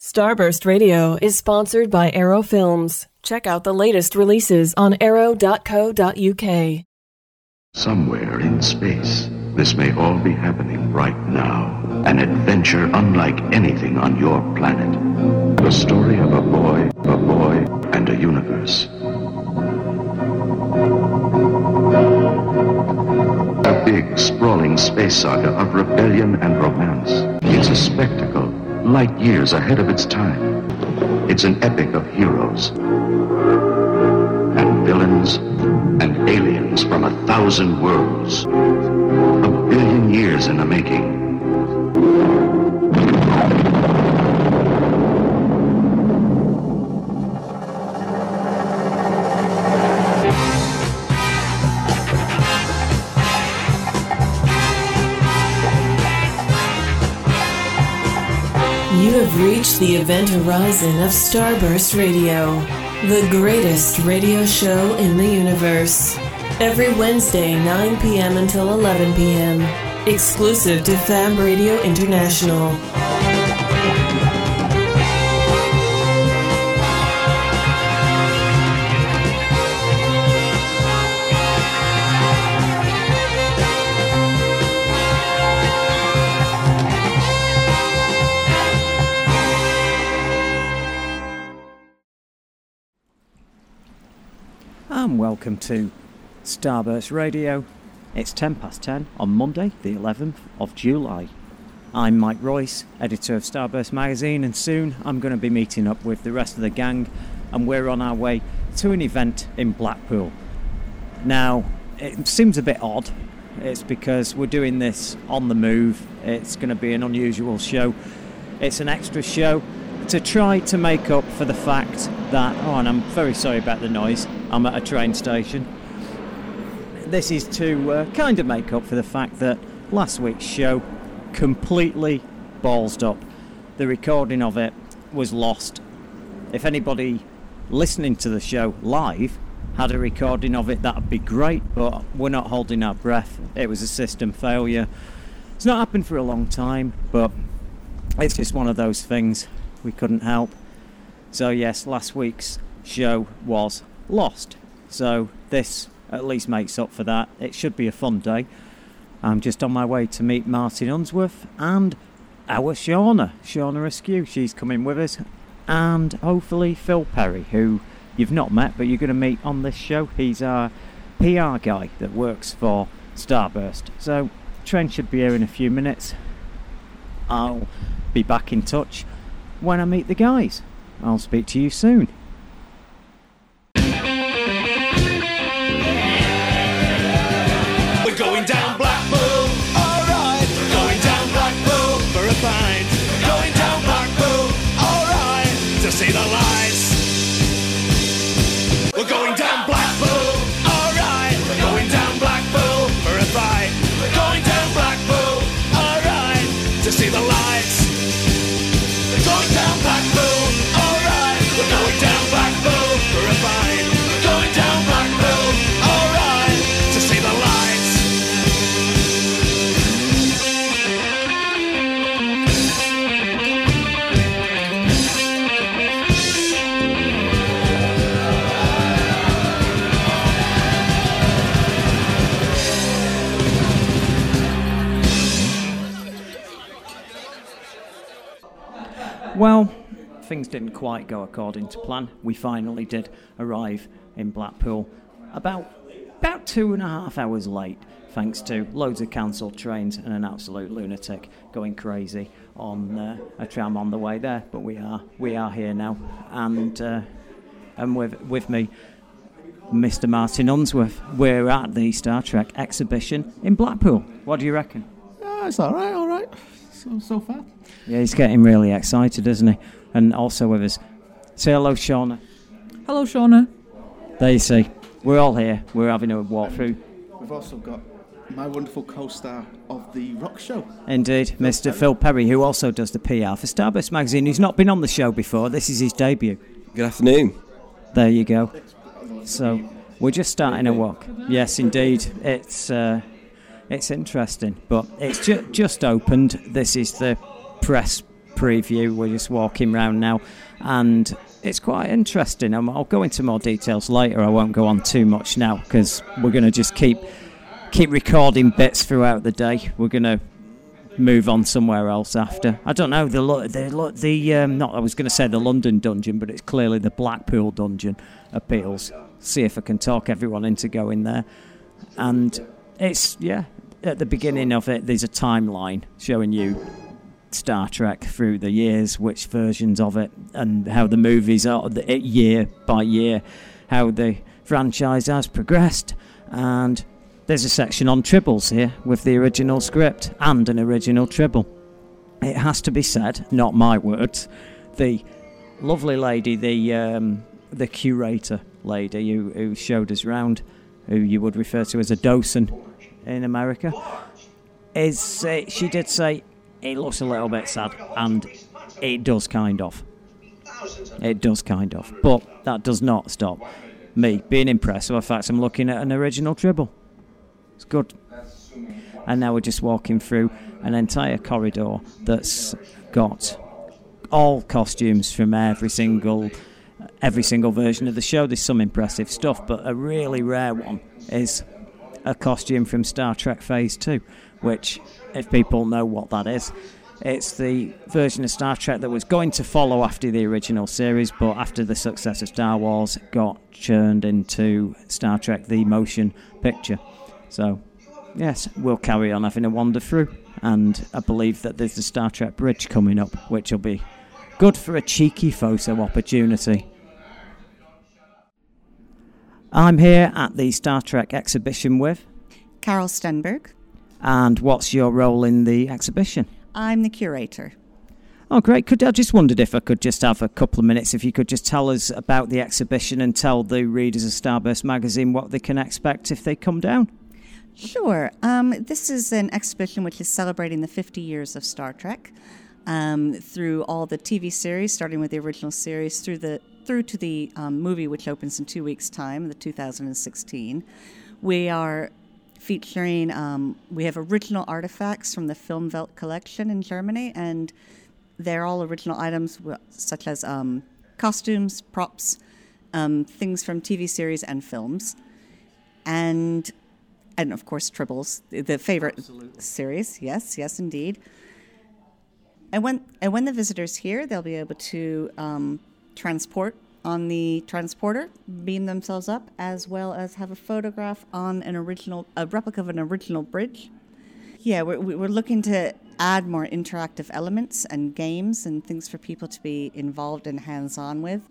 Starburst Radio is sponsored by Arrow Films. Check out the latest releases on arrow.co.uk. Somewhere in space, this may all be happening right now. An adventure unlike anything on your planet. The story of a boy, a boy, and a universe. A big, sprawling space saga of rebellion and romance. It's a spectacle, light years ahead of its time. It's an epic of heroes and villains and aliens from a thousand worlds. A billion years in the making. You have reached the event horizon of Starburst Radio, the greatest radio show in the universe. Every Wednesday, 9 p.m. until 11 p.m., exclusive to Fab Radio International. and welcome to Starburst Radio. It's 10 past 10 on Monday, the 11th of July. I'm Mike Royce, editor of Starburst Magazine, and soon I'm going to be meeting up with the rest of the gang, and we're on our way to an event in Blackpool. Now, it seems a bit odd. It's because we're doing this on the move. It's going to be an unusual show. It's an extra show to try to make up for the fact that, oh, and I'm very sorry about the noise, I'm at a train station. This is to uh, kind of make up for the fact that last week's show completely ballsed up. The recording of it was lost. If anybody listening to the show live had a recording of it, that'd be great, but we're not holding our breath. It was a system failure. It's not happened for a long time, but it's just one of those things we couldn't help. So, yes, last week's show was lost. So, this at least makes up for that. It should be a fun day. I'm just on my way to meet Martin Unsworth and our Shauna, Shauna Askew. She's coming with us. And hopefully, Phil Perry, who you've not met, but you're going to meet on this show. He's our PR guy that works for Starburst. So, Trent should be here in a few minutes. I'll be back in touch when I meet the guys. I'll speak to you soon. We're going down Blackpool. Alright. Going down Blackpool for a pint. Going down Blackpool. Alright. To see the lights. We're going down Blackpool. Alright. Going down Blackpool for a pint. Going down Blackpool. Alright. To see the lights. We're going down Blackpool. Alright. We're going down Blackpool for a pint. Going down Blackpool. Alright. To see the lights. Well, things didn't quite go according to plan. We finally did arrive in Blackpool about about two and a half hours late, thanks to loads of cancelled trains and an absolute lunatic going crazy on uh, a tram on the way there. But we are we are here now, and uh, and with with me. Mr. Martin Unsworth, we're at the Star Trek exhibition in Blackpool. What do you reckon? Yeah, it's all right, all right. So, so far. Yeah, he's getting really excited, isn't he? And also with us. Say hello, Shauna. Hello, Shauna. There you see. We're all here. We're having a walk through. We've also got my wonderful co-star of the rock show. Indeed, Mr. Phil Perry, who also does the PR for Starburst magazine, who's not been on the show before. This is his debut. Good afternoon. There you go. So we're just starting a walk. Yes, indeed. It's uh, it's interesting, but it's ju- just opened. This is the press preview. We're just walking round now, and it's quite interesting. Um, I'll go into more details later. I won't go on too much now because we're going to just keep keep recording bits throughout the day. We're going to move on somewhere else after. I don't know the lo- the lo- the um, not. I was going to say the London dungeon, but it's clearly the Blackpool dungeon appeals. See if I can talk everyone into going there. And it's yeah. At the beginning of it, there's a timeline showing you Star Trek through the years, which versions of it, and how the movies are the- it year by year, how the franchise has progressed, and there's a section on tribbles here with the original script and an original tribble. It has to be said, not my words, the lovely lady, the um, the curator lady who, who showed us round, who you would refer to as a docent in America is uh, she did say it looks a little bit sad, and it does kind of. It does kind of, but that does not stop me being impressed by the fact I'm looking at an original dribble. It's good. And now we're just walking through an entire corridor that's got all costumes from every single every single version of the show. There's some impressive stuff, but a really rare one is a costume from Star Trek Phase 2, which, if people know what that is, it's the version of Star Trek that was going to follow after the original series, but after the success of Star Wars, got churned into Star Trek the motion picture. So, yes, we'll carry on having a wander through, and I believe that there's the Star Trek Bridge coming up, which will be good for a cheeky photo opportunity. I'm here at the Star Trek exhibition with, Carol Stenberg. and what's your role in the exhibition? I'm the curator. Oh, great. Could I just wondered if I could just have a couple of minutes, if you could just tell us about the exhibition and tell the readers of Starburst magazine what they can expect if they come down? Sure. Um, this is an exhibition which is celebrating the 50 years of Star Trek um, through all the TV series, starting with the original series, through the through to the um, movie which opens in two weeks' time, the 2016. We are featuring. Um, we have original artifacts from the Filmwelt collection in Germany, and they're all original items w- such as um, costumes, props, um, things from TV series and films, and and of course Tribbles, the favorite series. Yes, yes, indeed. And when and when the visitors here, they'll be able to um, transport on the transporter, beam themselves up, as well as have a photograph on an original, a replica of an original bridge. Yeah, we're, we- we're looking to add more interactive elements and games and things for people to be involved and hands on with.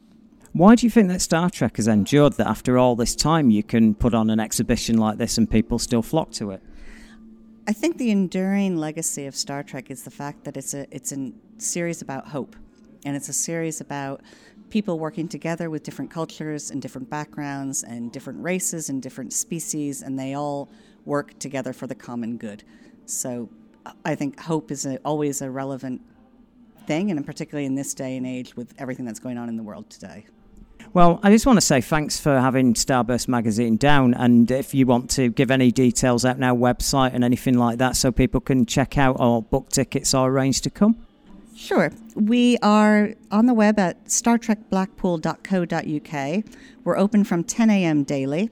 Why do you think that Star Trek has endured that after all this time you can put on an exhibition like this and people still flock to it? I think the enduring legacy of Star Trek is the fact that it's a it's a series about hope, and it's a series about people working together with different cultures and different backgrounds and different races and different species, and they all work together for the common good. So, I think hope is a, always a relevant thing, and particularly in this day and age with everything that's going on in the world today. Well, I just want to say thanks for having Starburst magazine down. And if you want to give any details out now, website and anything like that, so people can check out or book tickets or arrange to come. Sure. We are on the web at startrekblackpool.co.uk. We're open from 10 a.m. daily.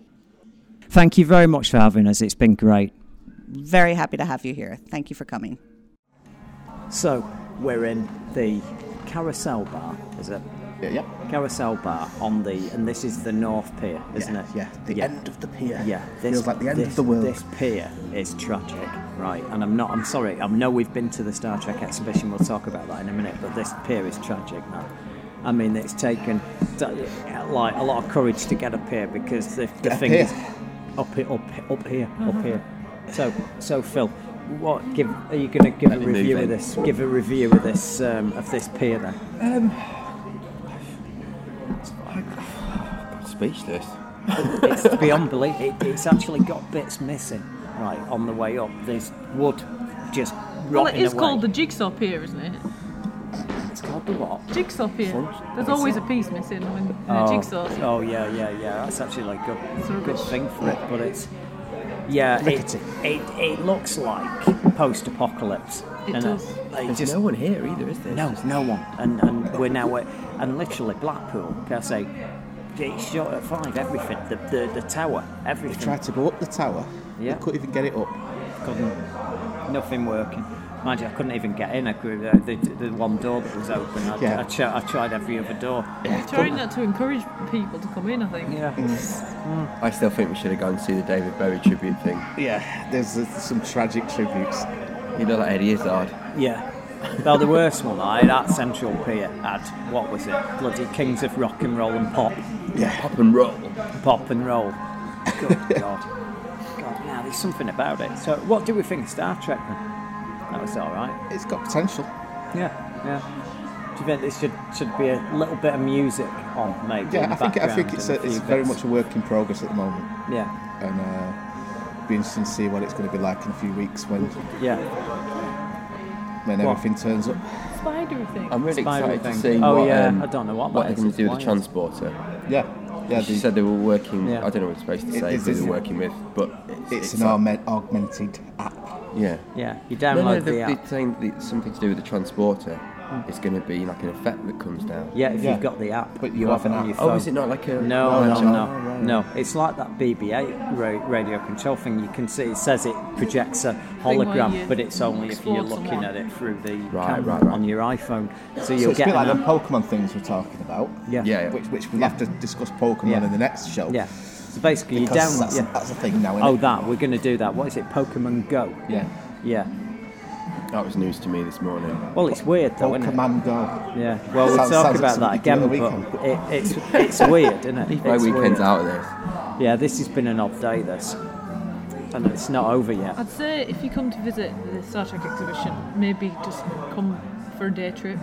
Thank you very much for having us. It's been great. Very happy to have you here. Thank you for coming. So we're in the carousel bar, is it? Yeah, yep. Carousel bar on the, and this is the North Pier, isn't it? Yeah, the end of the pier. Yeah, Feels like the end this, of the world. This pier is tragic, right? And I'm not. I'm sorry. I know we've been to the Star Trek exhibition. We'll talk about that in a minute. But this pier is tragic, man. I mean, it's taken like a lot of courage to get up here because the, the Get up thing here. is up here, up here, up here, Uh-huh. up here. So, so Phil, what give are you going to give a me move review of in. this? Give a review of this um, of this pier then? Um, Speechless. it's beyond belief. It, it's actually got bits missing. Right on the way up, there's wood just rotting Well, it is away. called the jigsaw pier, isn't it? It's called the what? Jigsaw pier. There's always a piece missing when in a jigsaw. Oh yeah, yeah, yeah. That's actually like good, It's rubbish. good thing for it, but it's Yeah, it, Rickety. it, it looks like post apocalypse. It does. There's no one here either, is there? No, It's just- no one. And and we're now at, and literally Blackpool. Can I say? It's short at five. Everything. The the, the tower. Everything. Tried to go up the tower. Yeah. They couldn't even get it up. Couldn't- Nothing working. Mind you, I couldn't even get in. I could, uh, the, the one door that was open. I, Yeah. I, tri- I tried every other door. They're trying not to encourage people to come in, I think. Yeah. I still think we should have gone and see the David Bowie tribute thing. Yeah, there's uh, some tragic tributes. You know, like Eddie Izzard. Yeah. Well, the worst one I had at Central Pier had, what was it? Bloody Kings of Rock and Roll and Pop. Yeah. Pop and roll. Pop and Roll. Good God. God, now there's something about it. So, what do we think of Star Trek then? That was alright. It's got potential. Yeah, yeah. Do you think there should, should be a little bit of music on, maybe? in Yeah, the I think I background think it's and a, a few it's very bits? much a work in progress at the moment, Yeah, and uh, be interesting to see what it's going to be like in a few weeks when yeah. when Well- everything turns up. Spidery thing. Oh. I'm really Spiral excited to thing. see Oh, what, yeah, um, I don't know what that they're is. going to do with the Why? transporter. Yeah, yeah. She the- said they were working. Yeah. I don't know what it's supposed to It- say. it's- who they're it's- working with, but it's it's, an like- augment, augmented app. Yeah. Yeah, you No, download no, the they're, app. they're saying that it's something to do with the transporter. It's going to be like an effect that comes down. Yeah, if Yeah. you've got the app, But you you'll have have it an on app. your phone. Oh, is it not like a? No, oh, no, it's- oh, no, right. no. It's like that BB-8 ra- radio control thing. You can see it says it projects a where you hologram, but it's only if explore you're looking someone. at it through the Right, camera right, right. on your iPhone. So So you'll it's a get bit like an the app. Pokemon things we're talking about. yeah, Yeah, yeah. Which, which we'll have to discuss Pokemon Yeah. in the next show. yeah. So basically, you Because down. that's, yeah. that's a thing now. Isn't Oh, it? that we're going to do that. What is it? Pokemon Go. yeah. Yeah. That was news to me this morning. Well, it's weird though, isn't it? Pokemon Go. Yeah. Well, we'll talk Sounds- sounds like about that something you do again, at the but it, it's it's weird, isn't it? My It's weekend's weird. out of this. Yeah, this has been an odd day. This, and it's not over yet. I'd say if you come to visit the Star Trek exhibition, maybe just come for a day trip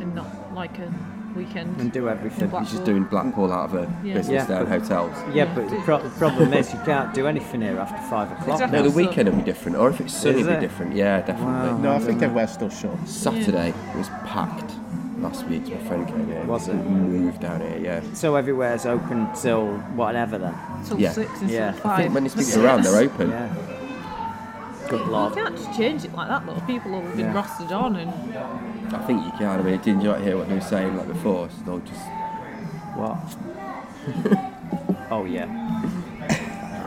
and not like a weekend. And do everything. in You're She's Blackpool. doing Blackpool out of a Yeah. business Yeah. down hotels. Yeah, Yeah. but the, pro- the problem is you can't do anything here after five o'clock. Exactly. No, the So- weekend will be different, or if it's Is sunny, it'll it? be different. Yeah, definitely. No, I think everywhere's still short. Saturday was packed last week. My friend came here. Was it? Moved down here, yeah. So everywhere's open till whatever then. till Yeah. six instead Yeah. of I five. think when these people are around, they're open. Yeah. Good you lord. can't just change it like that though. People have been Yeah. rostered on and I think you can. I mean, did you not hear what they were saying like before? So they'll just. What? oh yeah.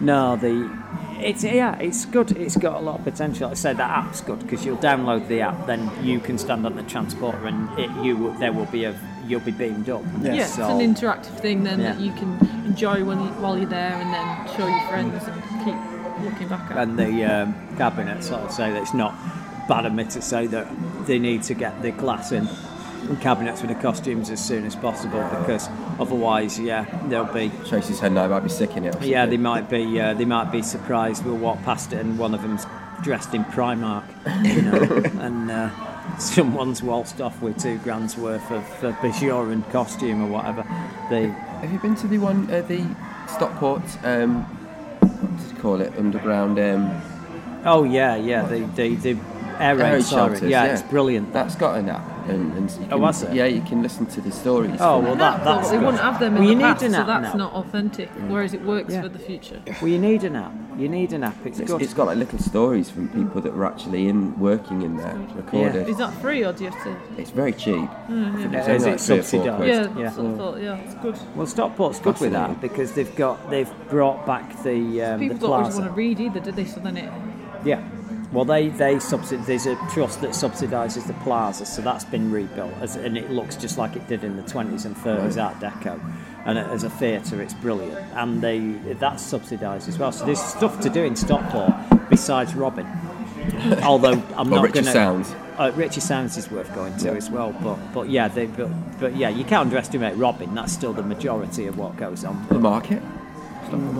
no, the it's yeah, it's good. It's got a lot of potential. I said that app's good because you'll download the app, then you can stand on the transporter, and it, you there will be a you'll be beamed up. yeah, it's an interactive thing then that Yeah. you can enjoy when you, while you're there and then show your friends and keep looking back at. and the um, cabinet sort of say that it's not bad of me to say that they need to get the glass in and cabinets with the costumes as soon as possible because otherwise yeah they'll be Tracy's head now might be sick in it. Or yeah they something. might be uh, they might be surprised we'll walk past it and one of them's dressed in Primark you know and uh, someone's waltzed off with two grand's worth of uh, Bajoran costume or whatever they Have you been to the one, uh, the Stockport, um, what did you call it? Underground. Um, oh yeah yeah the the, the air raid Aero siren. shelters, yeah, it's brilliant Oh, That's got an app, and, and you can, has it? yeah, you can listen to the stories. Oh from well, it. that, Well, that's they good. wouldn't have them in well, you the need past, so an app that's now. not authentic. Whereas it works Yeah. for the future. Well, you need an app. You need an app. It's, It's, good. it's got like little stories from people that were actually in working in there recorded. Is that free or do you have to? It's very cheap. Yeah, only is like it three or four subsidised? quid. Yeah, Yeah. Um, that's what I thought. Yeah, it's good. well, Stockport's good with that Fascinating. because they've got they've brought back the um, the People don't always plaza. want to read either, did they? So then it Yeah. Well, they they subsid- There's a trust that subsidises the plaza, so that's been rebuilt, as, and it looks just like it did in the 20s and 30s Art Deco. And it- as a theatre, it's brilliant, and they that's subsidised as well. So there's stuff to do in Stockport besides Robin. Although I'm Or not Richie going to. Sounds. Uh, Richie Sounds is worth going to as well, but but yeah, they but, but yeah, you can't underestimate Robin. That's still the majority of what goes on. The market?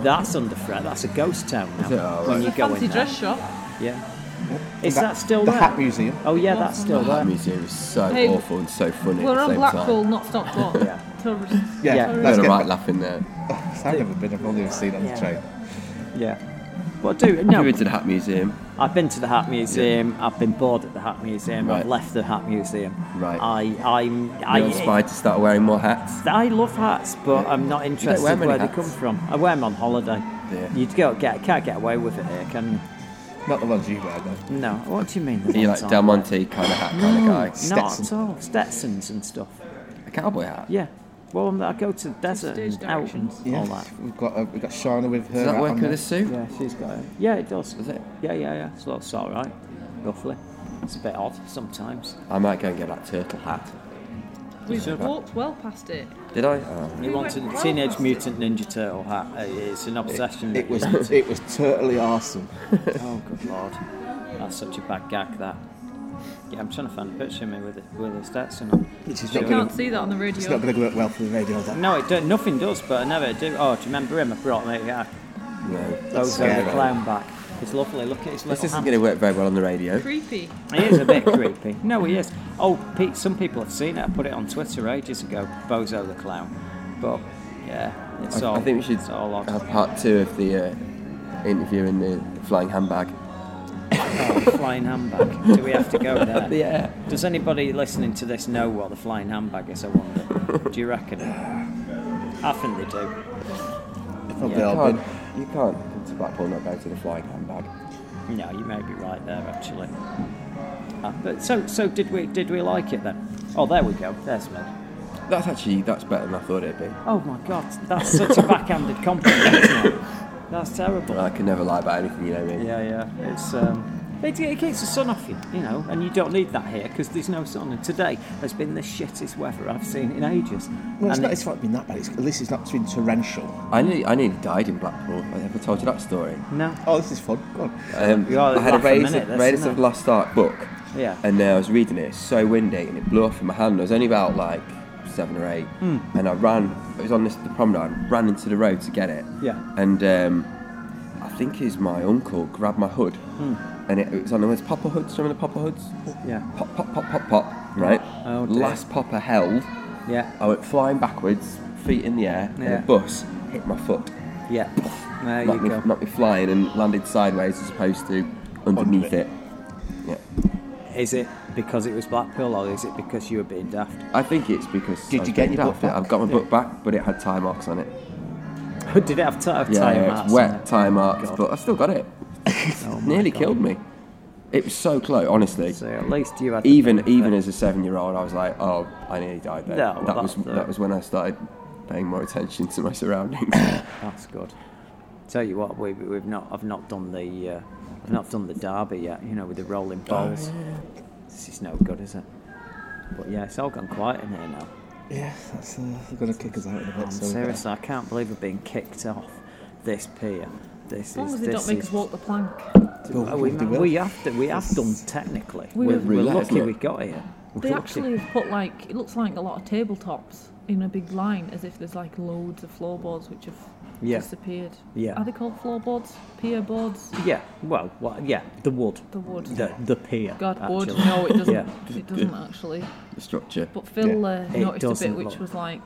That's under threat. That's a ghost town now. Is it? Oh, When right. you a go fancy in there. dress shop. Yeah. Is that, That- still the there? Hat Museum. Oh yeah, that's still That there. museum is so Hey, awful and so funny at We're the on same Blackpool, time. not Stockport. Yeah. Tourists. Yeah, Yeah. let's There's a get right back- laugh in there. I've never been. I've only ever seen it on Yeah. the train. Yeah. Well, do You no. went to the Hat Museum. I've been to the Hat Museum. I've been bored at the Hat Museum. I've Right. left the Hat Museum. Right. I I'm I I. you inspired to start wearing more hats. I love hats, but I'm not wear interested many where they hats. come from. I wear them on holiday. there. You get, get, can't get away with it here, can you? Not the ones you wear, though. No. What do you mean? the Are you ones like on? Del Monte kind of hat kind of guy? Not at Stetson. all. Stetsons and stuff. A cowboy hat? Yeah. Well, I'm- I go to the desert stage and out and directions. all Yeah, that. we've got uh, we've got Shana with her. Does that hat work on with there. a suit? Yeah, she's got it. Yeah, it does. Does it? Yeah, yeah, yeah. So that's all right, roughly. It's a bit odd sometimes. I might go and get that turtle hat. We've walked well past it. Did I? Oh. He wants a went well Teenage past it. Mutant Ninja Turtle hat. Uh, It's an obsession. It that- was it was totally awesome. Oh, good lord. That's such a bad gag, that. Yeah, I'm trying to find a picture of me with, a- with a Stetson on. You can't see that on the It's not radio. going to work well for the radio. That No, it do, nothing does, but I never do. Oh, do you remember him? I brought him out. No. Those scary. are the clown back. It's lovely. Look at his little This isn't hand. going to work very well on the radio. Creepy. He is a bit creepy. No, he is. Oh, Pete, some people have seen it. I put it on Twitter ages ago, Bozo the Clown. But, yeah, it's all I think we should it's all odd. have part two of the uh, interview in the flying handbag. Oh, the flying handbag. Do we have to go there? Yeah. Does anybody listening to this know what the flying handbag is, I wonder? Do you reckon? I think they do. probably yeah. all Can't, been- you can't come to Blackpool and not go to the flying handbag. No, you may be right there, actually. Ah, but so, so did we? Did we like it then? Oh, there we go. There's me. That's actually that's better than I thought it'd be. Oh my God, that's such a backhanded compliment. Isn't it? That's terrible. I can never lie about anything, you know me. Yeah, yeah. It's um, it, it keeps the sun off you, you know, and you don't need that here because there's no sun. And today has been the shittest weather I've seen in ages. Well, it's and not, it's not been that bad. It's, at least it's not been torrential. I nearly, I nearly died in Blackpool. I never told you that story. no, Oh, this is fun. Go on. Um, You are I had a laugh a Raiders, minute, of, that's Raiders enough. of the Lost Ark book. Yeah. And uh, I was reading it. It's so windy, and it blew off in my hand. I was only about like seven or eight, Hmm. and I ran. It was on this the promenade. I ran into the road to get it. Yeah. And um, I think it's my uncle grabbed my hood, Hmm. and it, it was on one of those popper hoods. Some of the popper hoods. Yeah. Pop, pop, pop, pop, pop. Right. Oh, dear. Last popper held. yeah, I went flying backwards, feet in the air, and Yeah. a bus hit my foot. yeah. There knocked, you me, go. knocked me flying and landed sideways as opposed to underneath it. Yeah. Is it because it was Blackpool or is it because you were being daft? I think it's because Did I was you get being your book daft. back? I've got my book back, but it had tie marks on it. Did it have time? Yeah, time yeah, lapse it's in wet it? tie marks, God. Oh but I still got it. Nearly killed me. It was so close, honestly. So at least you had the even benefit. even as a seven year old, I was like, oh, I nearly died there. No, that was that's the- that was when I started paying more attention to my surroundings. That's good. Tell you what, we, we've not. I've not done the. Uh, I've not done the derby yet. You know, with the rolling balls. This is no good, is it? But yeah, it's all gone quiet in here now. Yeah, that's uh, they're going to kick us out in a I'm bit. So seriously, I can't believe we've been kicked off this pier. This As long is. as they this don't make is, us walk the plank. uh, Go Oh, we, on, do it. we have to, we have done technically. We We're, were- we're Roulette, lucky isn't it? we got here. We're They lucky. actually have put like it looks like a lot of tabletops in a big line, as if there's like loads of floorboards which have Yeah. disappeared. Yeah. Are they called floorboards? Pier boards? Yeah. Well. What, yeah. The wood. The wood. The the pier. God wood? actually. No, it doesn't. Yeah. It doesn't actually. the structure. But Phil uh, It noticed a doesn't bit which look- was like.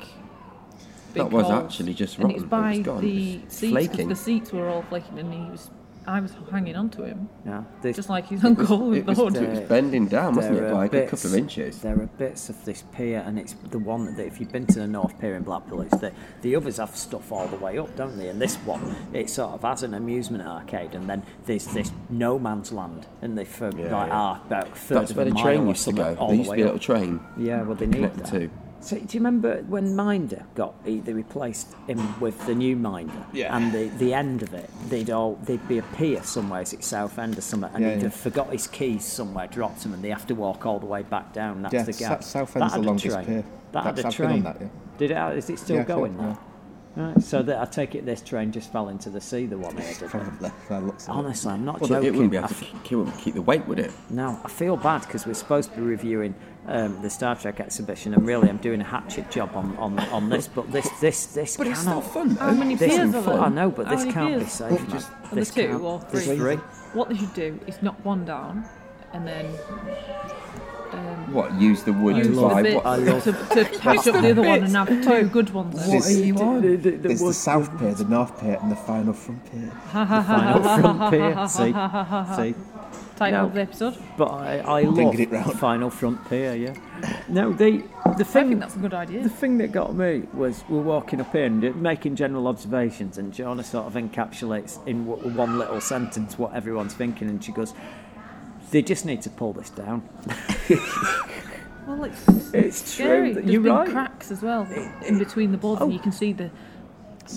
That big was holes, actually just and it was rotten. It by was gone. the It was seats 'cause flaking. the seats were all flaking, and he was. I was hanging on to him, No, this- just like his uncle it with the was, hood. it was bending down, wasn't There it, are by like a couple bits- of inches? There are bits of this pier, and it's the one that if you've been to the North Pier in Blackpool, it's the, the others have stuff all the way up, don't they? And this one, it sort of has an amusement arcade, and then there's this no man's land, and they for Yeah, like yeah. ah, about a third That's of where a the mile train or used to something go. all There the used to way be a up. little train. Yeah, well, they need Connect the that. two. So, do you remember when Minder got he, they replaced him with the new Minder? Yeah. And the, the end of it, they'd all they'd be a pier somewhere, it's at South End or somewhere, and Yeah, he'd yeah. have forgot his keys somewhere, dropped them, and they have to walk all the way back down. That's Yeah, the gap. Sou- South That End's the had a longest train. pier. That had a That's- I've been train. on that, yeah. Did it? Is it still Yeah, I think, going now? Right, so that I take it this train just fell into the sea, the one here did. Probably. That looks like Honestly, I'm not Well, joking. it wouldn't be able I to keep, it wouldn't keep the weight, would it? No, I feel bad because we're supposed to be reviewing um, the Star Trek exhibition, and really, I'm doing a hatchet job on, on, on this. But this this this But cannot. it's still fun, How though. many It's This, peers still are fun. there? I know, but How this many can't be peers? safe. man. just- Are this there two can't- or there's three? three. What they should do is knock one down, and then um, What, use the wood use the vibe? bit What, love- to, to patch up the other one and have two good ones. then. What are you on? The, the, the, There's the wood- South Pier, the North Pier, and the final front pier. the final frontier. See, see, title No. of the episode. But I, I Didn't love get it round. Final Frontier. Yeah. No, the the I thing think that's a good idea. the thing that got me was we're walking up here and making general observations, and Joanna sort of encapsulates in w- one little sentence what everyone's thinking, and she goes, "They just need to pull this down." Well, it's, It's scary. true. There's You're been right. Oh. cracks as well in between the boards, and you can see the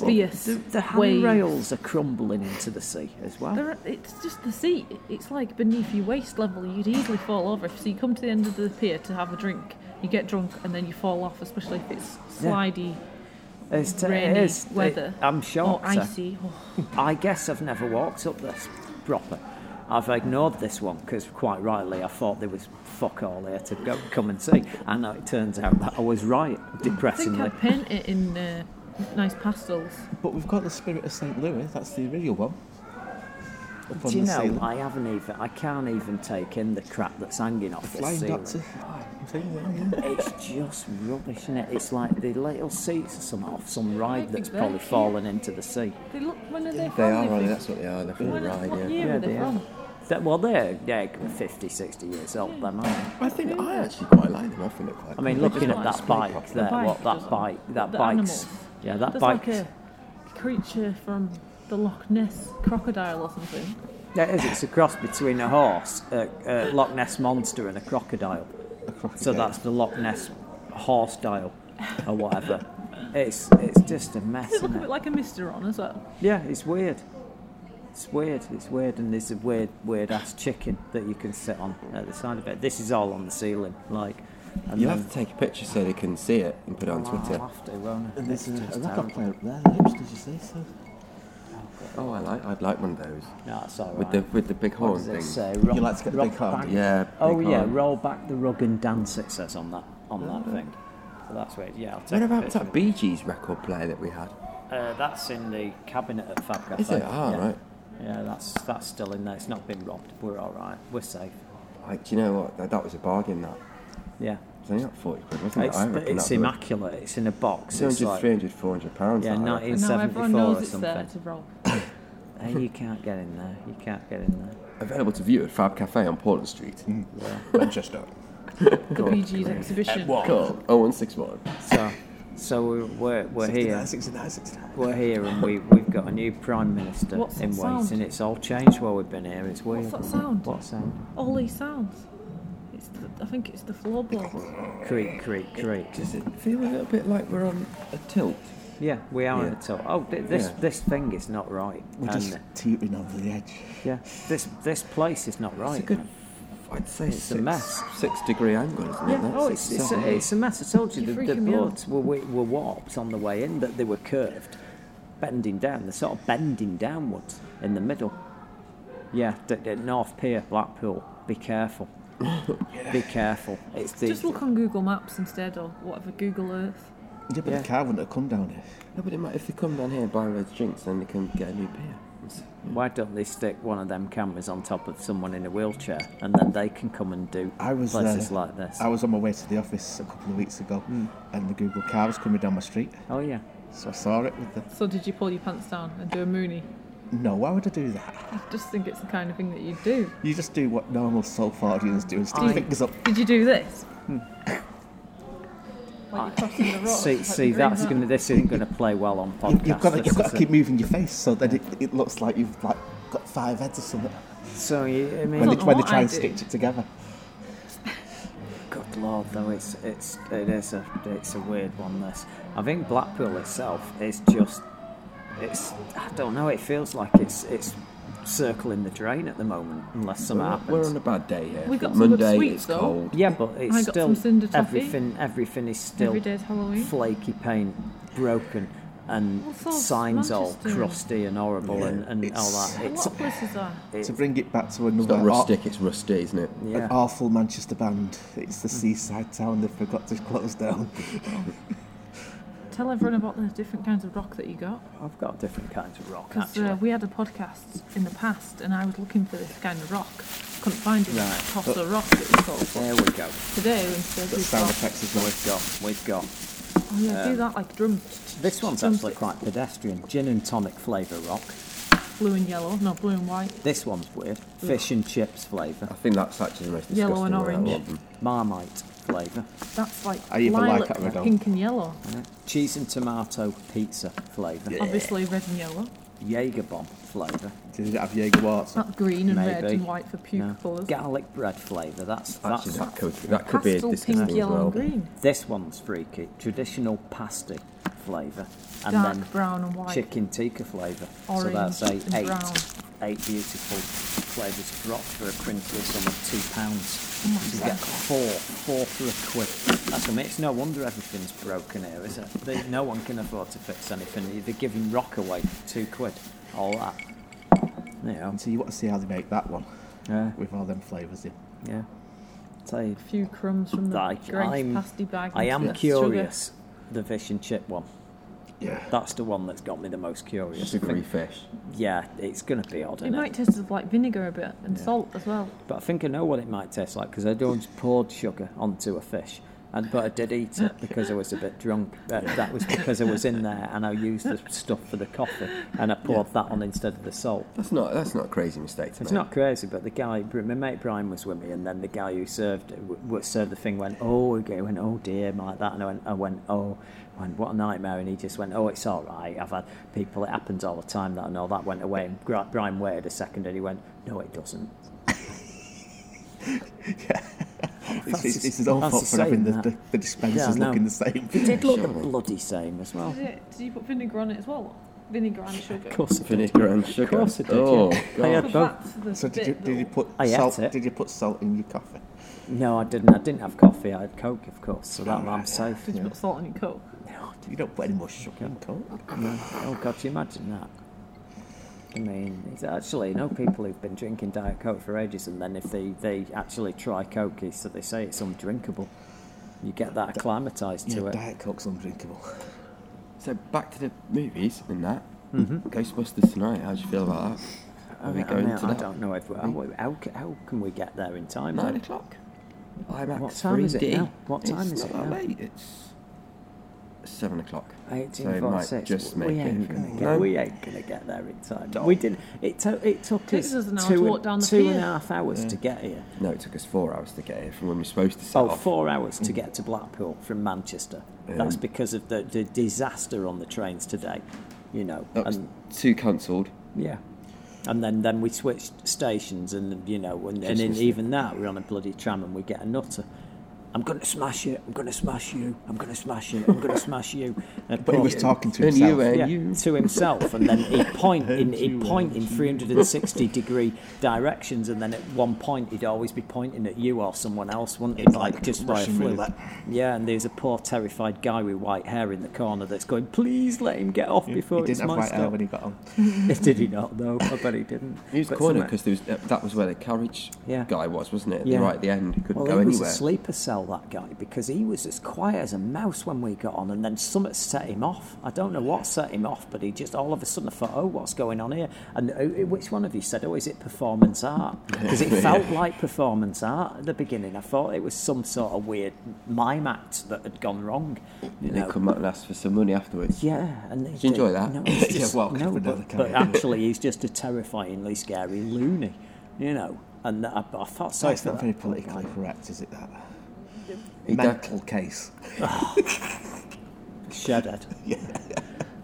fierce The, the waves. handrails are crumbling into the sea as well. There are- it's just the sea. It's like beneath your waist level. You'd easily fall over. So you come to the end of the pier to have a drink, you get drunk, and then you fall off, especially if it's Yeah. slidey, It's t- it rainy is. It- weather. I'm or shocked. uh, icy. Oh, I guess I've never walked up this proper. I've ignored this one because, quite rightly, I thought there was fuck all here to go come and see, and it turns out that I was right, I think depressingly. I'd paint it in uh, nice pastels. But we've got the Spirit of St. Louis, that's the original one. Up on Do you the know? ceiling. I haven't even. I can't even take in the crap that's hanging off the Flying ceiling. Doctor. Thing there, It's just rubbish, isn't it? It's like the little seats or something off some ride that's they're probably cute. fallen into the sea. They look. When are they? They from? are, If aren't they? it's- That's what they are. They're from the when- ride, what yeah. year Yeah, are they, they are. from? That, well, they're, they're 50, 60 years old, them, aren't they? yeah. I think I actually quite like them. I think they're quite I mean, looking at that bike there, Bike, what doesn't that it? bike, that The bike's, animals. yeah, that There's bike's. like a creature from the Loch Ness crocodile or something. Yeah, it is. It's a cross between a horse, a, a Loch Ness monster, and a crocodile. So that's the Lock Ness horse dial, or whatever. it's it's just a mess, Does it isn't look a bit it? like a Mister on as well? Yeah, it's weird. It's weird. It's weird, and there's a weird, weird ass chicken that you can sit on at the side of it. This is all on the ceiling, like. And You'll then- have to take a picture so they can see it and put it on Well, Twitter. I'll have to, won't I? And there's It's a, just a record terrible. player up there, Lips, did you say so? Oh, I like. I'd like one of those No, it's all right. with the with the big What horn does it thing. say? Rock- You like to get the rock big hand, back- do Yeah. big Oh yeah, horn. roll back the rug and dance. It says on that on that thing. So that's weird. Yeah, I'll take. What a Uh-huh. about picture that of Bee Gees record player that we had? it. Uh, that's in the cabinet at Fab Cafe. Is it? Ah, yeah. right. Yeah, that's that's still in there. It's not been robbed. We're all right. We're safe. Like, do you know what? That, that was a bargain. That Yeah, it's only like forty quid, wasn't it? it's, I reckon it's that was immaculate. It's in a box. It's 200, like 300, 400 pounds. yeah, that, I reckon. And now 1974 everyone knows or it's there to something. roll. Hey, you can't get in there. You can't get in there. Available to view at Fab Cafe on Portland Street. Manchester. The Bee Gees exhibition. Call 0161. So, so we're we're, we're here. 69, 69, 69. We're here and we, we've got a new Prime Minister What's that in waiting. sound? and it's all changed while we've been here. It's weird. What's that sound? What sound? All these sounds. It's the, I think it's the floorboard. Creak, creak, creak. Does it feel a little bit like we're on a tilt? Yeah, we are in Yeah. a tilt. Oh, th- this Yeah. this thing is not right. We're and, just teetering over the edge. yeah, this this place is not right. It's a good. I'd say it's a mess. Six degree angle, isn't it? yeah, That's oh, it's, it's, seven. a, it's a mess. I told you, You're the, the freaking me out. boards were, wa- were warped on the way in, that they were curved, bending down. They're sort of bending downwards in the middle. Yeah, d- d- North Pier, Blackpool, be careful. Be careful. It's the, Just look on Google Maps instead, or whatever Google Earth. Yeah, but Yeah. the car wouldn't have come down here. No, but it might, if they come down here and buy loads of drinks, then they can get a new beer. It's- Why don't they stick one of them cameras on top of someone in a wheelchair and then they can come and do I was places uh, like this? Hmm. I was on my way to the office a couple of weeks ago, and the Google car was coming down my street, oh, yeah. so I saw it with the. So did you pull your pants down and do a moonie? No, why would I do that? I just think it's the kind of thing that you do. You just do what normal self audience do and stick your fingers up. Did you do this? like you're crossing the road. Hmm. See, like see, the that's green gonna. hat. This isn't gonna play well on You- podcast. You've got to, This you've got is to a- keep moving your face so that it, it looks like you've like got five heads or something So you, I when, mean, they, don't know when they what try I and do. stitch it together. good lord, though it's it's it is a it's a weird one. This, I think Blackpool itself is just it's I don't know. It feels like it's it's circling the drain at the moment, unless something We're, happens. we're on a bad day here. We got some good Monday, sweets, it's though. cold. Yeah, but it's I got still some cinder toffee. everything. Everything is still Every day's Halloween. flaky paint, broken, and Well, so signs all Manchester. crusty and horrible and, and all that. A lot It's of places are. To bring it back to It's another not aw- rustic, it's rusty, isn't it? an yeah. Mm. awful Manchester band, it's the seaside town they forgot to close down. Tell everyone about the different kinds of rock that you got. I've got different kinds of rock Because actually. uh, we had a podcast in the past, and I was looking for this kind of rock. Couldn't find it. Right. Toss a rock that was called. there we go. Today instead Got we've sound got. effects as well. We've got, we've got. Oh yeah, do that like drum. um, This one's drum actually stick. quite pedestrian. Gin and tonic flavour rock. blue and yellow. No, blue and white. This one's weird. Mm. Fish and chips flavour. I think that's actually the most disgusting Yellow and one out of all orange. of them. Marmite flavour. That's like I either like lilac it or I and don't. pink and yellow. Cheese and tomato pizza flavour. Obviously red and yellow. Jaeger bomb flavour. Did it have Jaeger Waltz? Not green and red Maybe. and white for puke No. colours. Garlic bread flavour. That's Actually, that's that could, that could be as Pastel disgusting pink, as yellow well. and green. This one's freaky. Traditional pasty flavour. And Dark then brown and white. chicken tikka flavour. so Orange that's eight, and eight, brown. eight beautiful flavours dropped for a crinkly sum of two pounds. Oh my you God. get four, four for a quid. That's amazing. It's no wonder everything's broken here, is it? They, no one can afford to fix anything. They're giving rock away for two quid. All that. You know, So you want to see how they make that one yeah, with all them flavours in. yeah. Tell you, A few crumbs from the Like, Greg's I'm- pasty bag. I and am sugar. curious. The fish and chip one. Yeah. That's the one that's got me the most curious. Sugary fish. Yeah, it's going to be odd, It isn't might it? taste of like vinegar a bit and salt as well. But I think I know what it might taste like because I'd once poured sugar onto a fish. And, but I did eat it because I was a bit drunk. But that was because I was in there and I used the stuff for the coffee and I poured that on instead of the salt. That's not, that's not a crazy mistake to It's make. not crazy, but the guy, my mate Brian was with me, and then the guy who served w- w- served the thing went, oh, okay, went, oh dear, like that, and I went, I went, oh, went, what a nightmare, and he just went, oh, it's all right. I've had people, it happens all the time, that and all that went away, and Gri- Brian waited a second, and he went, no, it doesn't. It's, it's, it's his own That's fault the for having the, same, the, the Yeah, I dispensers know. looking the same. It did look the bloody same as well. Did, it, did you put vinegar on it as well? Vinegar and sugar. Of course it did. Vinegar and sugar. Of course it did. Oh, yeah. God. I had But both. that's the So did bit you, did you that- put I ate salt? it. Did you put salt in your coffee? No, I didn't. I didn't have coffee. I had Coke, of course, so that I'm safe. Did you put salt on your coke? You don't put any more sugar in Coke. Oh God, can you imagine that? I mean, it's actually, you know, people who've been drinking Diet Coke for ages, and then if they, they actually try Coke, it's- so they say it's undrinkable. You get that acclimatized to uh, Yeah, it. Diet Coke's undrinkable. So back to the movies and that. Mm-hmm. Ghostbusters tonight. How do you feel about that? Are we I, going mean, to I that? don't know if how, how, ca- how can we get there in time. Nine though? o'clock. IMAX What time is it 3D. now? What time it's is not it that now? late. It's seven o'clock. so it might 1846. just make we, ain't it. gonna get, No? we ain't gonna get there in time. We did. It, to, it took Takes us, us an hour two, to and- walk down the two and a pier. half hours to get here. No, it took us four hours to get here from when we were supposed to set Oh, off. four hours to get to Blackpool from Manchester. That's Um, because of the, the disaster on the trains today, you know. That was And two cancelled. yeah, and then, then we switched stations, and you know, and, and in, Just- even that we're on a bloody tram and we get a nutter. I'm gonna smash you! I'm gonna smash you! I'm gonna smash you! I'm gonna smash you! And uh, But he poor- was talking to And himself. you, eh? yeah, you. to himself, and then he'd point in he'd point in 360 degree directions, and then at one point he'd always be pointing at you or someone else, wouldn't it? Like, just by a Russian fluke. roulette. Yeah, and there's a poor terrified guy with white hair in the corner that's going, "Please let him get off before he didn't it's have my white hair stop." when he got on. Did he not? though? I bet he didn't. He was But corner somehow- because there was uh, that was where the carriage Yeah. guy was, wasn't it? Yeah. Right at the end, he couldn't Well, go he was anywhere. a sleeper cell, that guy, because he was as quiet as a mouse when we got on, and then something set him off. I don't know what set him off, but he just all of a sudden thought, oh, what's going on here? And uh, which one of you said, oh, is it performance art? Because it felt like performance art at the beginning. I thought it was some sort of weird mime act that had gone wrong. You And know, they come out and ask for some money afterwards. yeah, and you enjoy that? No, it's Yeah, just, well, no, for another but, but kind. actually, he's just a terrifyingly scary loony, you know. And I, I thought so. That's for that not very poor guy. politically correct, is it? That uh, He don't- mental case. Shuddered.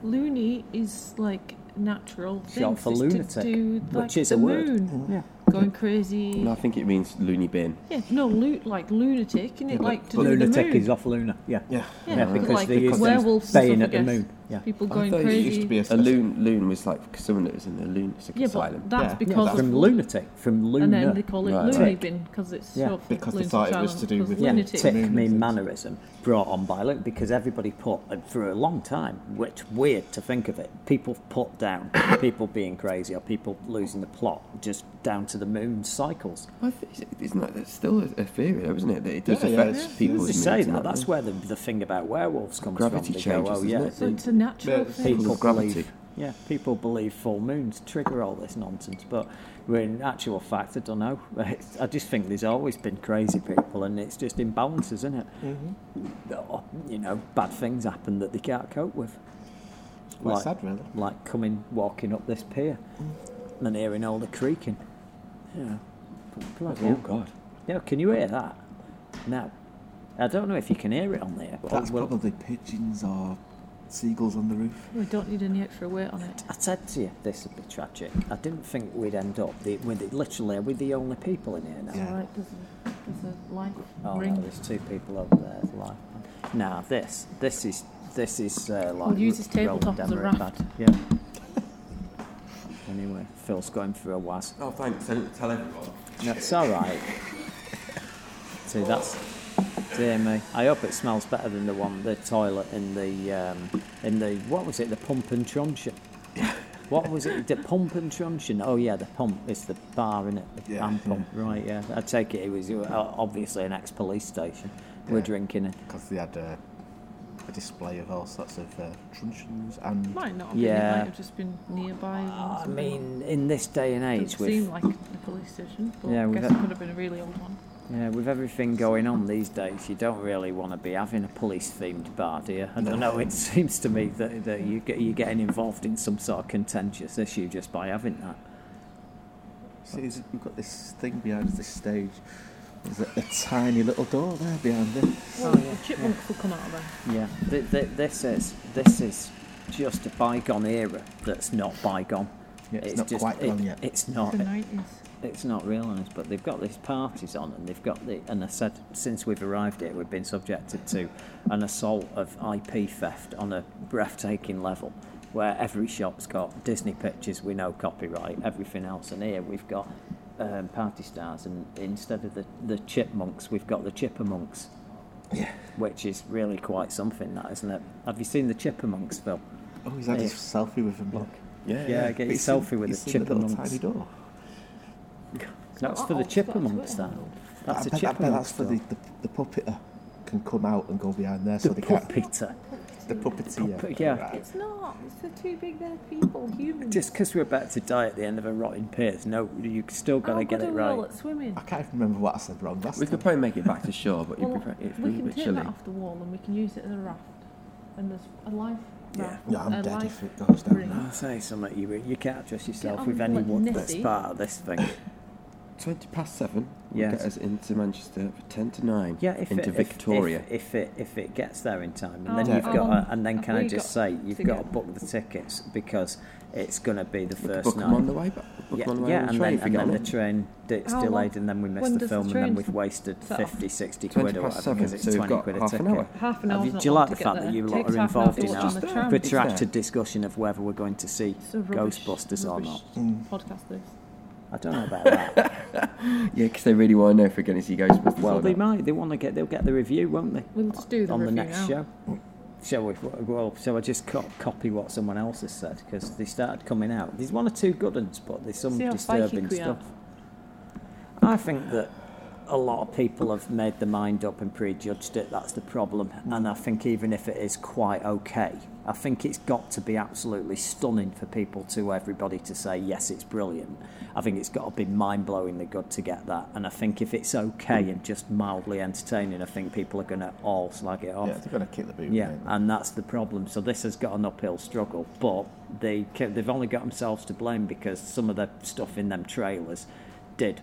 Loony is like natural thing. Short for To lunatic, do, like, which is the a word. Mm. Mm-hmm. moon. Yeah. Going crazy. No, I think it means loony bin. Yeah, no, lu- like lunatic, isn't it? Like to do the Lunatic moon. is off Luna. Yeah. Yeah. Yeah, Yeah, because like they used to werewolves and baying at stuff, the I guess. moon, yeah. People I going thought crazy. it used to be a, A loon, loon was like someone that was in a lunatic yeah, asylum. but that's Yeah. because of From lunatic, from Luna. and then they call it Right. loony Tick. bin because it's Yeah. short for Because they lunatic thought it was asylum, to do because with yeah, lunatic. tick Moon me visits. mannerism brought on by Luke because everybody put and for a long time, which weird to think of it. People put down people being crazy or people losing the plot just down to the moon cycles. I think it's not, that's still a, a theory, though, isn't it? That it does Yeah, yeah, affect yeah. people's They say moods and that. That's where the, the thing about werewolves comes from. Gravity They go, changes, oh yeah, isn't it? So it's a natural Yeah. thing. people Gravity. believe yeah people believe full moons trigger all this nonsense but we're in actual fact i don't know It's- i just think there's always been crazy people and it's just imbalances isn't it mm-hmm. you know bad things happen that they can't cope with Quite like, sad, really. Mm. like coming, walking up this pier and hearing all the creaking. Yeah. Bloody hell. Oh, God. Yeah, can you hear that? No. I don't know if you can hear it on there. but That's we'll- probably pigeons or seagulls on the roof. We don't need any extra weight on it. I said to you, this would be tragic. I didn't think we'd end up the, with it. Literally, we're the only people in here now. Yeah. Right, there's a, there's a life Oh ring. no, there's two people over there. it's Like, now this, this is, this is uh, like. We'll use this Roland tabletop as a Emmerich raft. bad. Yeah. anyway, Phil's going through a was. Oh, thanks. I didn't tell everyone. That's all right. See, that's dear me. I hope it smells better than the one, the toilet in the um, in the what was it, the pump and truncheon. What was it? The pump and truncheon. Oh yeah, the pump is the bar in it. The Yeah, hand pump, right? Yeah. I take it it was uh, obviously an ex-police station. We're Yeah. drinking it. Because they had uh, a display of all sorts of uh, truncheons and. Might not have been, Yeah. Ah, it might have just been nearby. and I something. mean, in this day and Doesn't age, with seem like a police station, but Yeah, I we've guess got- it could have been a really old one. Yeah, with everything going on these days, you don't really want to be having a police-themed bar, do you? I don't know. It seems to me that, that you get, you're getting involved in some sort of contentious issue just by having that. See, there's- we've got this thing behind this stage. There's a, a tiny little door there behind this. Well, the chipmunks will come out of there. Oh, Yeah, th- th- this is this is just a bygone era that's not bygone. Yeah, it's not quite it- gone yet. It's not. The It, 90s. it's not realised, but they've got these parties on, and they've got the. And I said since we've arrived here, we've been subjected to an assault of IP theft on a breathtaking level, where every shop's got Disney pictures, we know copyright, everything else, and here we've got um, party stars, and instead of the the chipmunks, we've got the chippermunks, Yeah. which is really quite something, that isn't it? Have you seen the chippermunks, Phil? Oh, he's had his Yeah. selfie with him. Look. Yeah, get your selfie with the little chipmunks. tiny door. That's got for the old- it's got a chippermunks, Twitter that. handle. That's a I bet, I bet chipmunk. that's for the, the, the puppeter can come out and go behind there so they can't. Puppeter. The puppeteer. Puppet- yeah. Right. It's not. It's the two big there people, humans. Just because we're about to die at the end of a rotting pit, no, you still got to How get good it are we right. all at swimming? I can't even remember what I said wrong last We time. could probably make it back to shore, but you'd Well, be pre- it's we a can bit take chilly. that off the wall and we can use it as a raft. And there's a life raft. Yeah, I'm a dead life if it goes down ring. there. I'll say something, you, you can't trust yourself on with like any one that's Nessie. part of this thing. Twenty past seven. will Yes. Get us into Manchester for ten to nine. Yeah, if into it, if- Victoria. If, if it if it gets there in time, and How then long- you've how got, long to, and then Oh, um, have can I we just got say you've to got to get- book the tickets because it's going to be the first book night. 'em on the way back. Book 'em yeah, on the way yeah, on the and train then, if we and get then on the it. train d- it's How long- delayed, and then we miss when the does the film, and then train we've wasted set off? 50, 60 20 quid or past whatever because seven, it's so we've 20 got quid a half an ticket. hour. Half an Have hour's you, not do you long like to the get fact that there. you Takes lot are half an hour to involved in watch our on the tram. protracted It's there. discussion of whether we're going to see It's a rubbish, Ghostbusters or rubbish not? Mm. Podcast this. I don't know about that. Yeah, because they really want to know if we're going to see Ghostbusters. well, or they not. might. They want to get. They'll get the review, won't they? We'll just do the on the review next now. show. Shall we? Well, shall I just co- copy what someone else has said because they started coming out. There's one or two good ones, but there's some See how disturbing psychic we are. stuff. I think that a lot of people have made their mind up and prejudged it. That's the problem. And I think even if it is quite okay, I think it's got to be absolutely stunning for people to everybody to say yes, it's brilliant. I think it's got to be mind blowingly good to get that. And I think if it's okay and just mildly entertaining, I think people are going to all slag it off. Yeah, they're going to kick the boot. Yeah, mate. and that's the problem. So this has got an uphill struggle, but they ca- they've only got themselves to blame because some of the stuff in them trailers did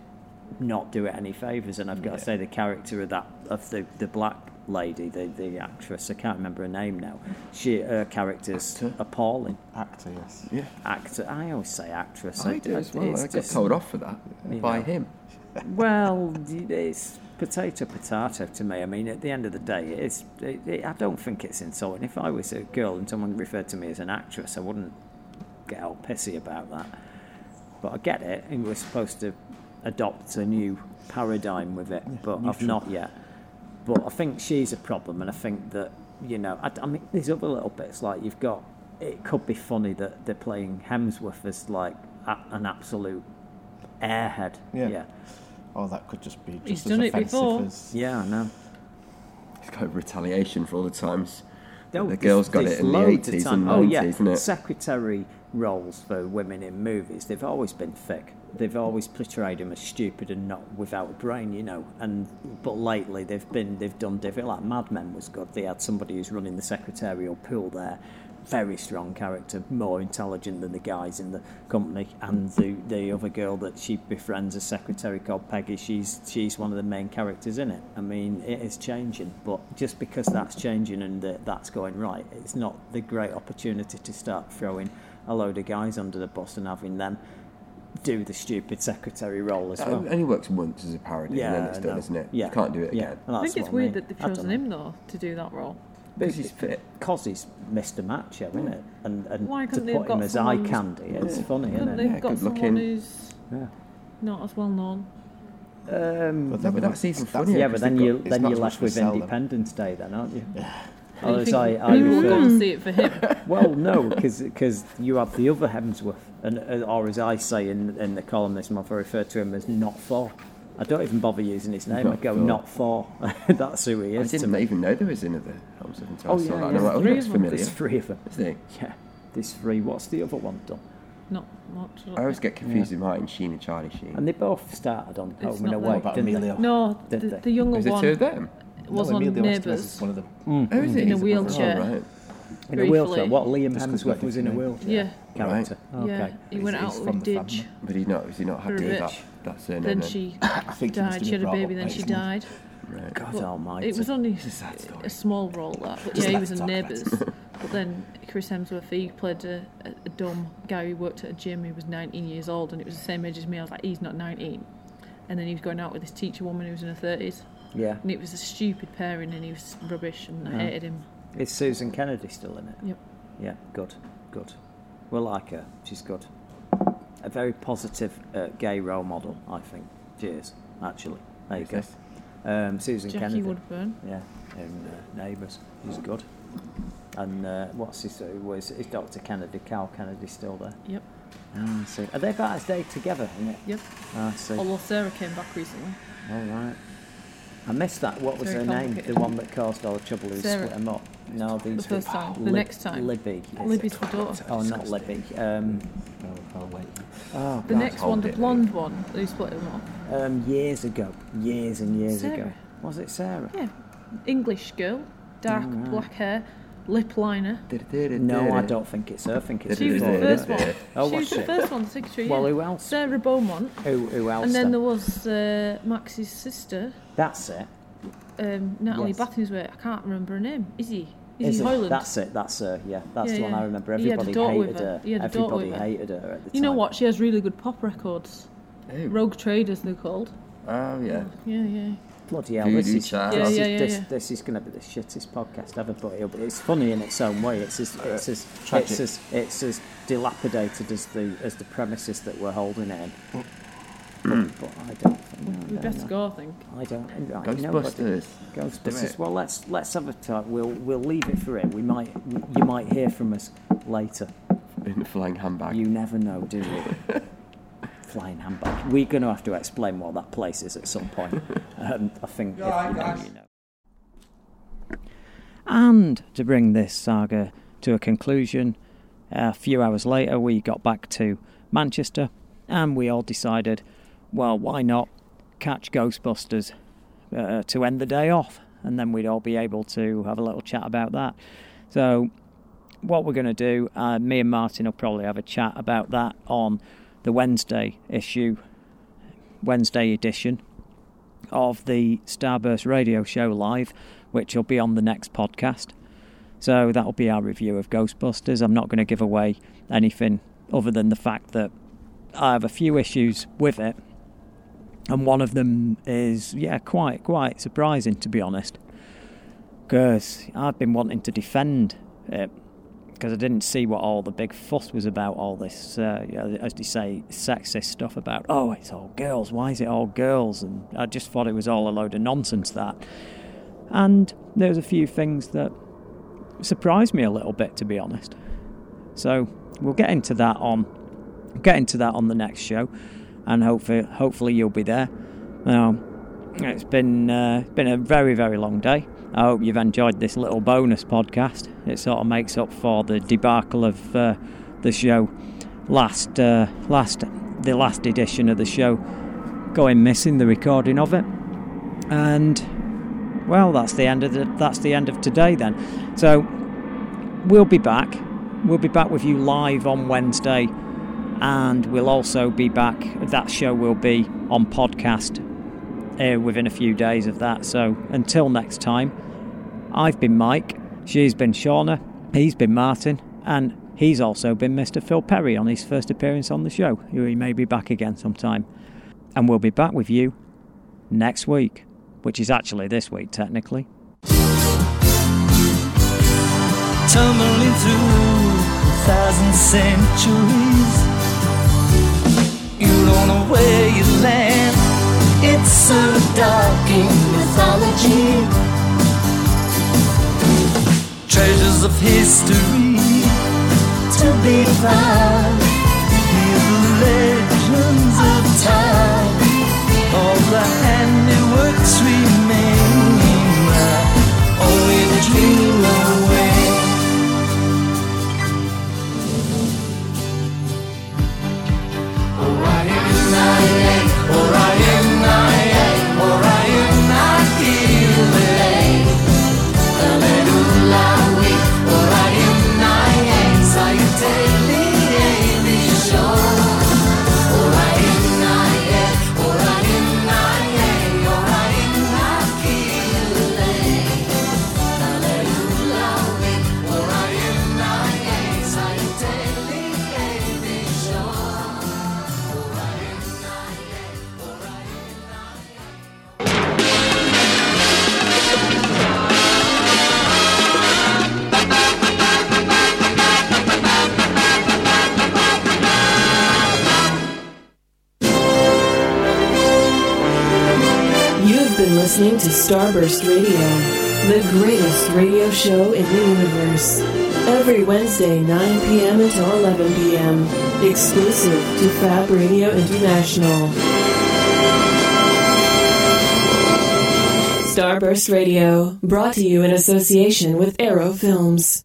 not do it any favors. And I've got to say, the character of that of the, the black lady, the the actress, I can't remember her name now. She her character's Actor? appalling. Actor, yes. Yeah. Actor, I always say actress. I do as well. it's I got just- told off for that by him. well, it's potato potato to me. I mean, at the end of the day, it's. It, it, I don't think it's insulting. If I was a girl and someone referred to me as an actress, I wouldn't get all pissy about that. But I get it, and we're supposed to adopt a new paradigm with it, but I've not yet. But I think she's a problem, and I think that you know, I, I mean, there's other little bits like you've got. It could be funny that they're playing Hemsworth as like a, an absolute airhead. Yeah. yeah. Or that could just be just He's as done it offensive before. as. Yeah, I know. It's kind of retaliation for all the times. that No, the there's- girls got there's it in the loads of 80s time- and 90s, oh, yeah. isn't it? Secretary roles for women in movies, they've always been thick. They've always portrayed them as stupid and not without a brain, you know. And but lately they've been they've done different. Like Mad Men was good. They had somebody who's running the secretarial pool there, very strong character, more intelligent than the guys in the company, and the, the other girl that she befriends, a secretary called Peggy. She's she's one of the main characters in it. I mean, it is changing, but just because that's changing and that that's going right, it's not the great opportunity to start throwing a load of guys under the bus and having them do the stupid secretary role as It well. only works once as a parody, and then Yeah, it's I done, know. isn't it? Yeah, You can't do it yeah. again. And I that's think it's what I weird mean. that they've I don't chosen know. him though to do that role. But he's fit. because he's Mr. Macho, isn't it? And, and Why to couldn't they have put him got as eye someone- candy, it's funny, Couldn't isn't they've it? Yeah, got good someone looking. who's Yeah. not as well known? But, that, but that's even funnier. Yeah, 'cause but then they've you got- then not you're as much left to with sell them. Independence Day, then, aren't you? Do Or you as think Oh, I, I people will go refer. and see it for him. Well, no, because you have the other Hemsworth, and uh, or as I say in in the column this month, I refer to him as Not Thor. I don't even bother using his name. I go Not Thor. That's who he I is. to didn't me. even know there was another Helms of until Oh, I saw yeah, that. yeah. And I'm like, oh, Three looks of them. familiar. There's three of them. Isn't he? Yeah, there's three. What's the other one done? Not much. Oh, I always get confused with Martin Sheen and Charlie Sheen. And they both started on Home not and them. Away, What about didn't they? Emilio? No, the, Did they? the younger Is it one two of them? was no, on Emilio Estevez Neighbours. is one of them. Mm. Oh, is it? Mm. In a He's wheelchair. Oh, right. In a wheelchair. briefly. What Liam Just 'cause Hemsworth we're was in a different. wheelchair Yeah. character. Yeah, Okay. he He's- went out he's with from the Didge. family. But he's not, is he not happy with that, rich. that surname? Then she I think he must died. have She been had a brought baby. up Then by she his mum. died. Right. God But almighty. It was only a sad story. a small role that, but Just yeah, he let's was in talk about Neighbours. But then Chris Hemsworth, he played a, a, a dumb guy who worked at a gym. He was 19 years old, and it was the same age as me. I was like, he's not 19. And then he was going out with this teacher woman who was in her 30s, Yeah. and it was a stupid pairing, and he was rubbish, and Uh-huh. I hated him. Is Susan Kennedy still in it? Yep. Yeah, good, good. We like her. She's good. A very positive uh, gay role model, I think. She is, actually. There you go. Yes. Um, Susan Jackie Kennedy. Woodburn. Yeah, in uh, Neighbours. She's good. And uh, what's his name? Was, is Dr. Kennedy, Cal Kennedy, still there? Yep. Oh, I see. Are they about to stay together? Isn't it? Yep. Oh, I see. Although Sarah came back recently. All right. I missed that. What was Very her name? The complicated. one that caused all the trouble who Sarah. split them up. No, the, The first time. The next time. Libby. is Libby's it? the daughter. Oh, not Libby. Um, I'll, I'll wait. oh, The next one, hold the it. blonde one, who split them up. um, years ago. Years and years ago. Sarah. Was it Sarah? Yeah. English girl, dark Mm, black hair, lip liner. No, I don't think it's her. I think it's She was the Victoria. first one. Oh, she was was the she? first one, the secretary. Well, yeah. who else? Sarah Beaumont. Who, who else? And then then? there was uh, Max's sister, That's it. um, Natalie Yes. Bathingsworth. I can't remember her name. Izzy. Izzy Is it? Hoyland. That's it. That's her. Yeah, that's Yeah, the one yeah. I remember. He had a Everybody daughter with hated her. her. He had a daughter Everybody with her. hated her at the time. you know what? She has really good pop records. Who? Rogue Traders, they're called. Oh, yeah. Yeah, yeah. Bloody hell, Voodoo this is, child. this, Yeah, is yeah, this, yeah, yeah. this is going to be the shittest podcast ever, but it'll be, it's funny in its own way. It's as it's as, Tragic. it's as it's as dilapidated as the as the premises that we're holding it in. Mm. But, but I don't. Think, We best go, I think. I don't. I know what- Ghostbusters. Ghostbusters. Well, let's let's have a talk. We'll we'll leave it for it. We might you might hear from us later. In the flying handbag. You never know, do you? Flying handbag. We're going to have to explain what that place is at some point. Um, I think if you know, you know. And to bring this saga to a conclusion, a few hours later we got back to Manchester and we all decided, well, why not catch Ghostbusters uh, to end the day off? And then we'd all be able to have a little chat about that. So, what we're going to do, uh, me and Martin will probably have a chat about that on the Wednesday issue, Wednesday edition of the Starburst radio show live, which will be on the next podcast. So that'll be our review of Ghostbusters. I'm not going to give away anything other than the fact that I have a few issues with it, and one of them is yeah, quite quite surprising to be honest, because I've been wanting to defend it because I didn't see what all the big fuss was about. All this, uh, you know, as you say, sexist stuff about oh, it's all girls. Why is it all girls? And I just thought it was all a load of nonsense that. And there's a few things that surprised me a little bit, to be honest. So we'll get into that on get into that on the next show, and hopefully, hopefully you'll be there. Now, it's been uh, been a very very long day. I hope you've enjoyed this little bonus podcast. It sort of makes up for the debacle of uh, the show last uh, last the last edition of the show going missing the recording of it, and well that's the end of the, that's the end of today then. So we'll be back We'll be back with you live on Wednesday, and we'll also be back. That show will be on podcast uh, within a few days of that. So until next time, I've been Mike, she's been Shauna, he's been Martin, and he's also been Mr. Phil Perry on his first appearance on the show. He may be back again sometime. And we'll be back with you next week, which is actually this week, technically. tumbling through a thousand centuries. You don't know where you land. It's so dark in mythology. Treasures of history to be found. Hear the legends of time. All the handiworks remain. Only the dream away. You've been listening to Starburst Radio, the greatest radio show in the universe. Every Wednesday, 9 p.m. until 11 p.m., exclusive to Fab Radio International. Starburst Radio, brought to you in association with Arrow Films.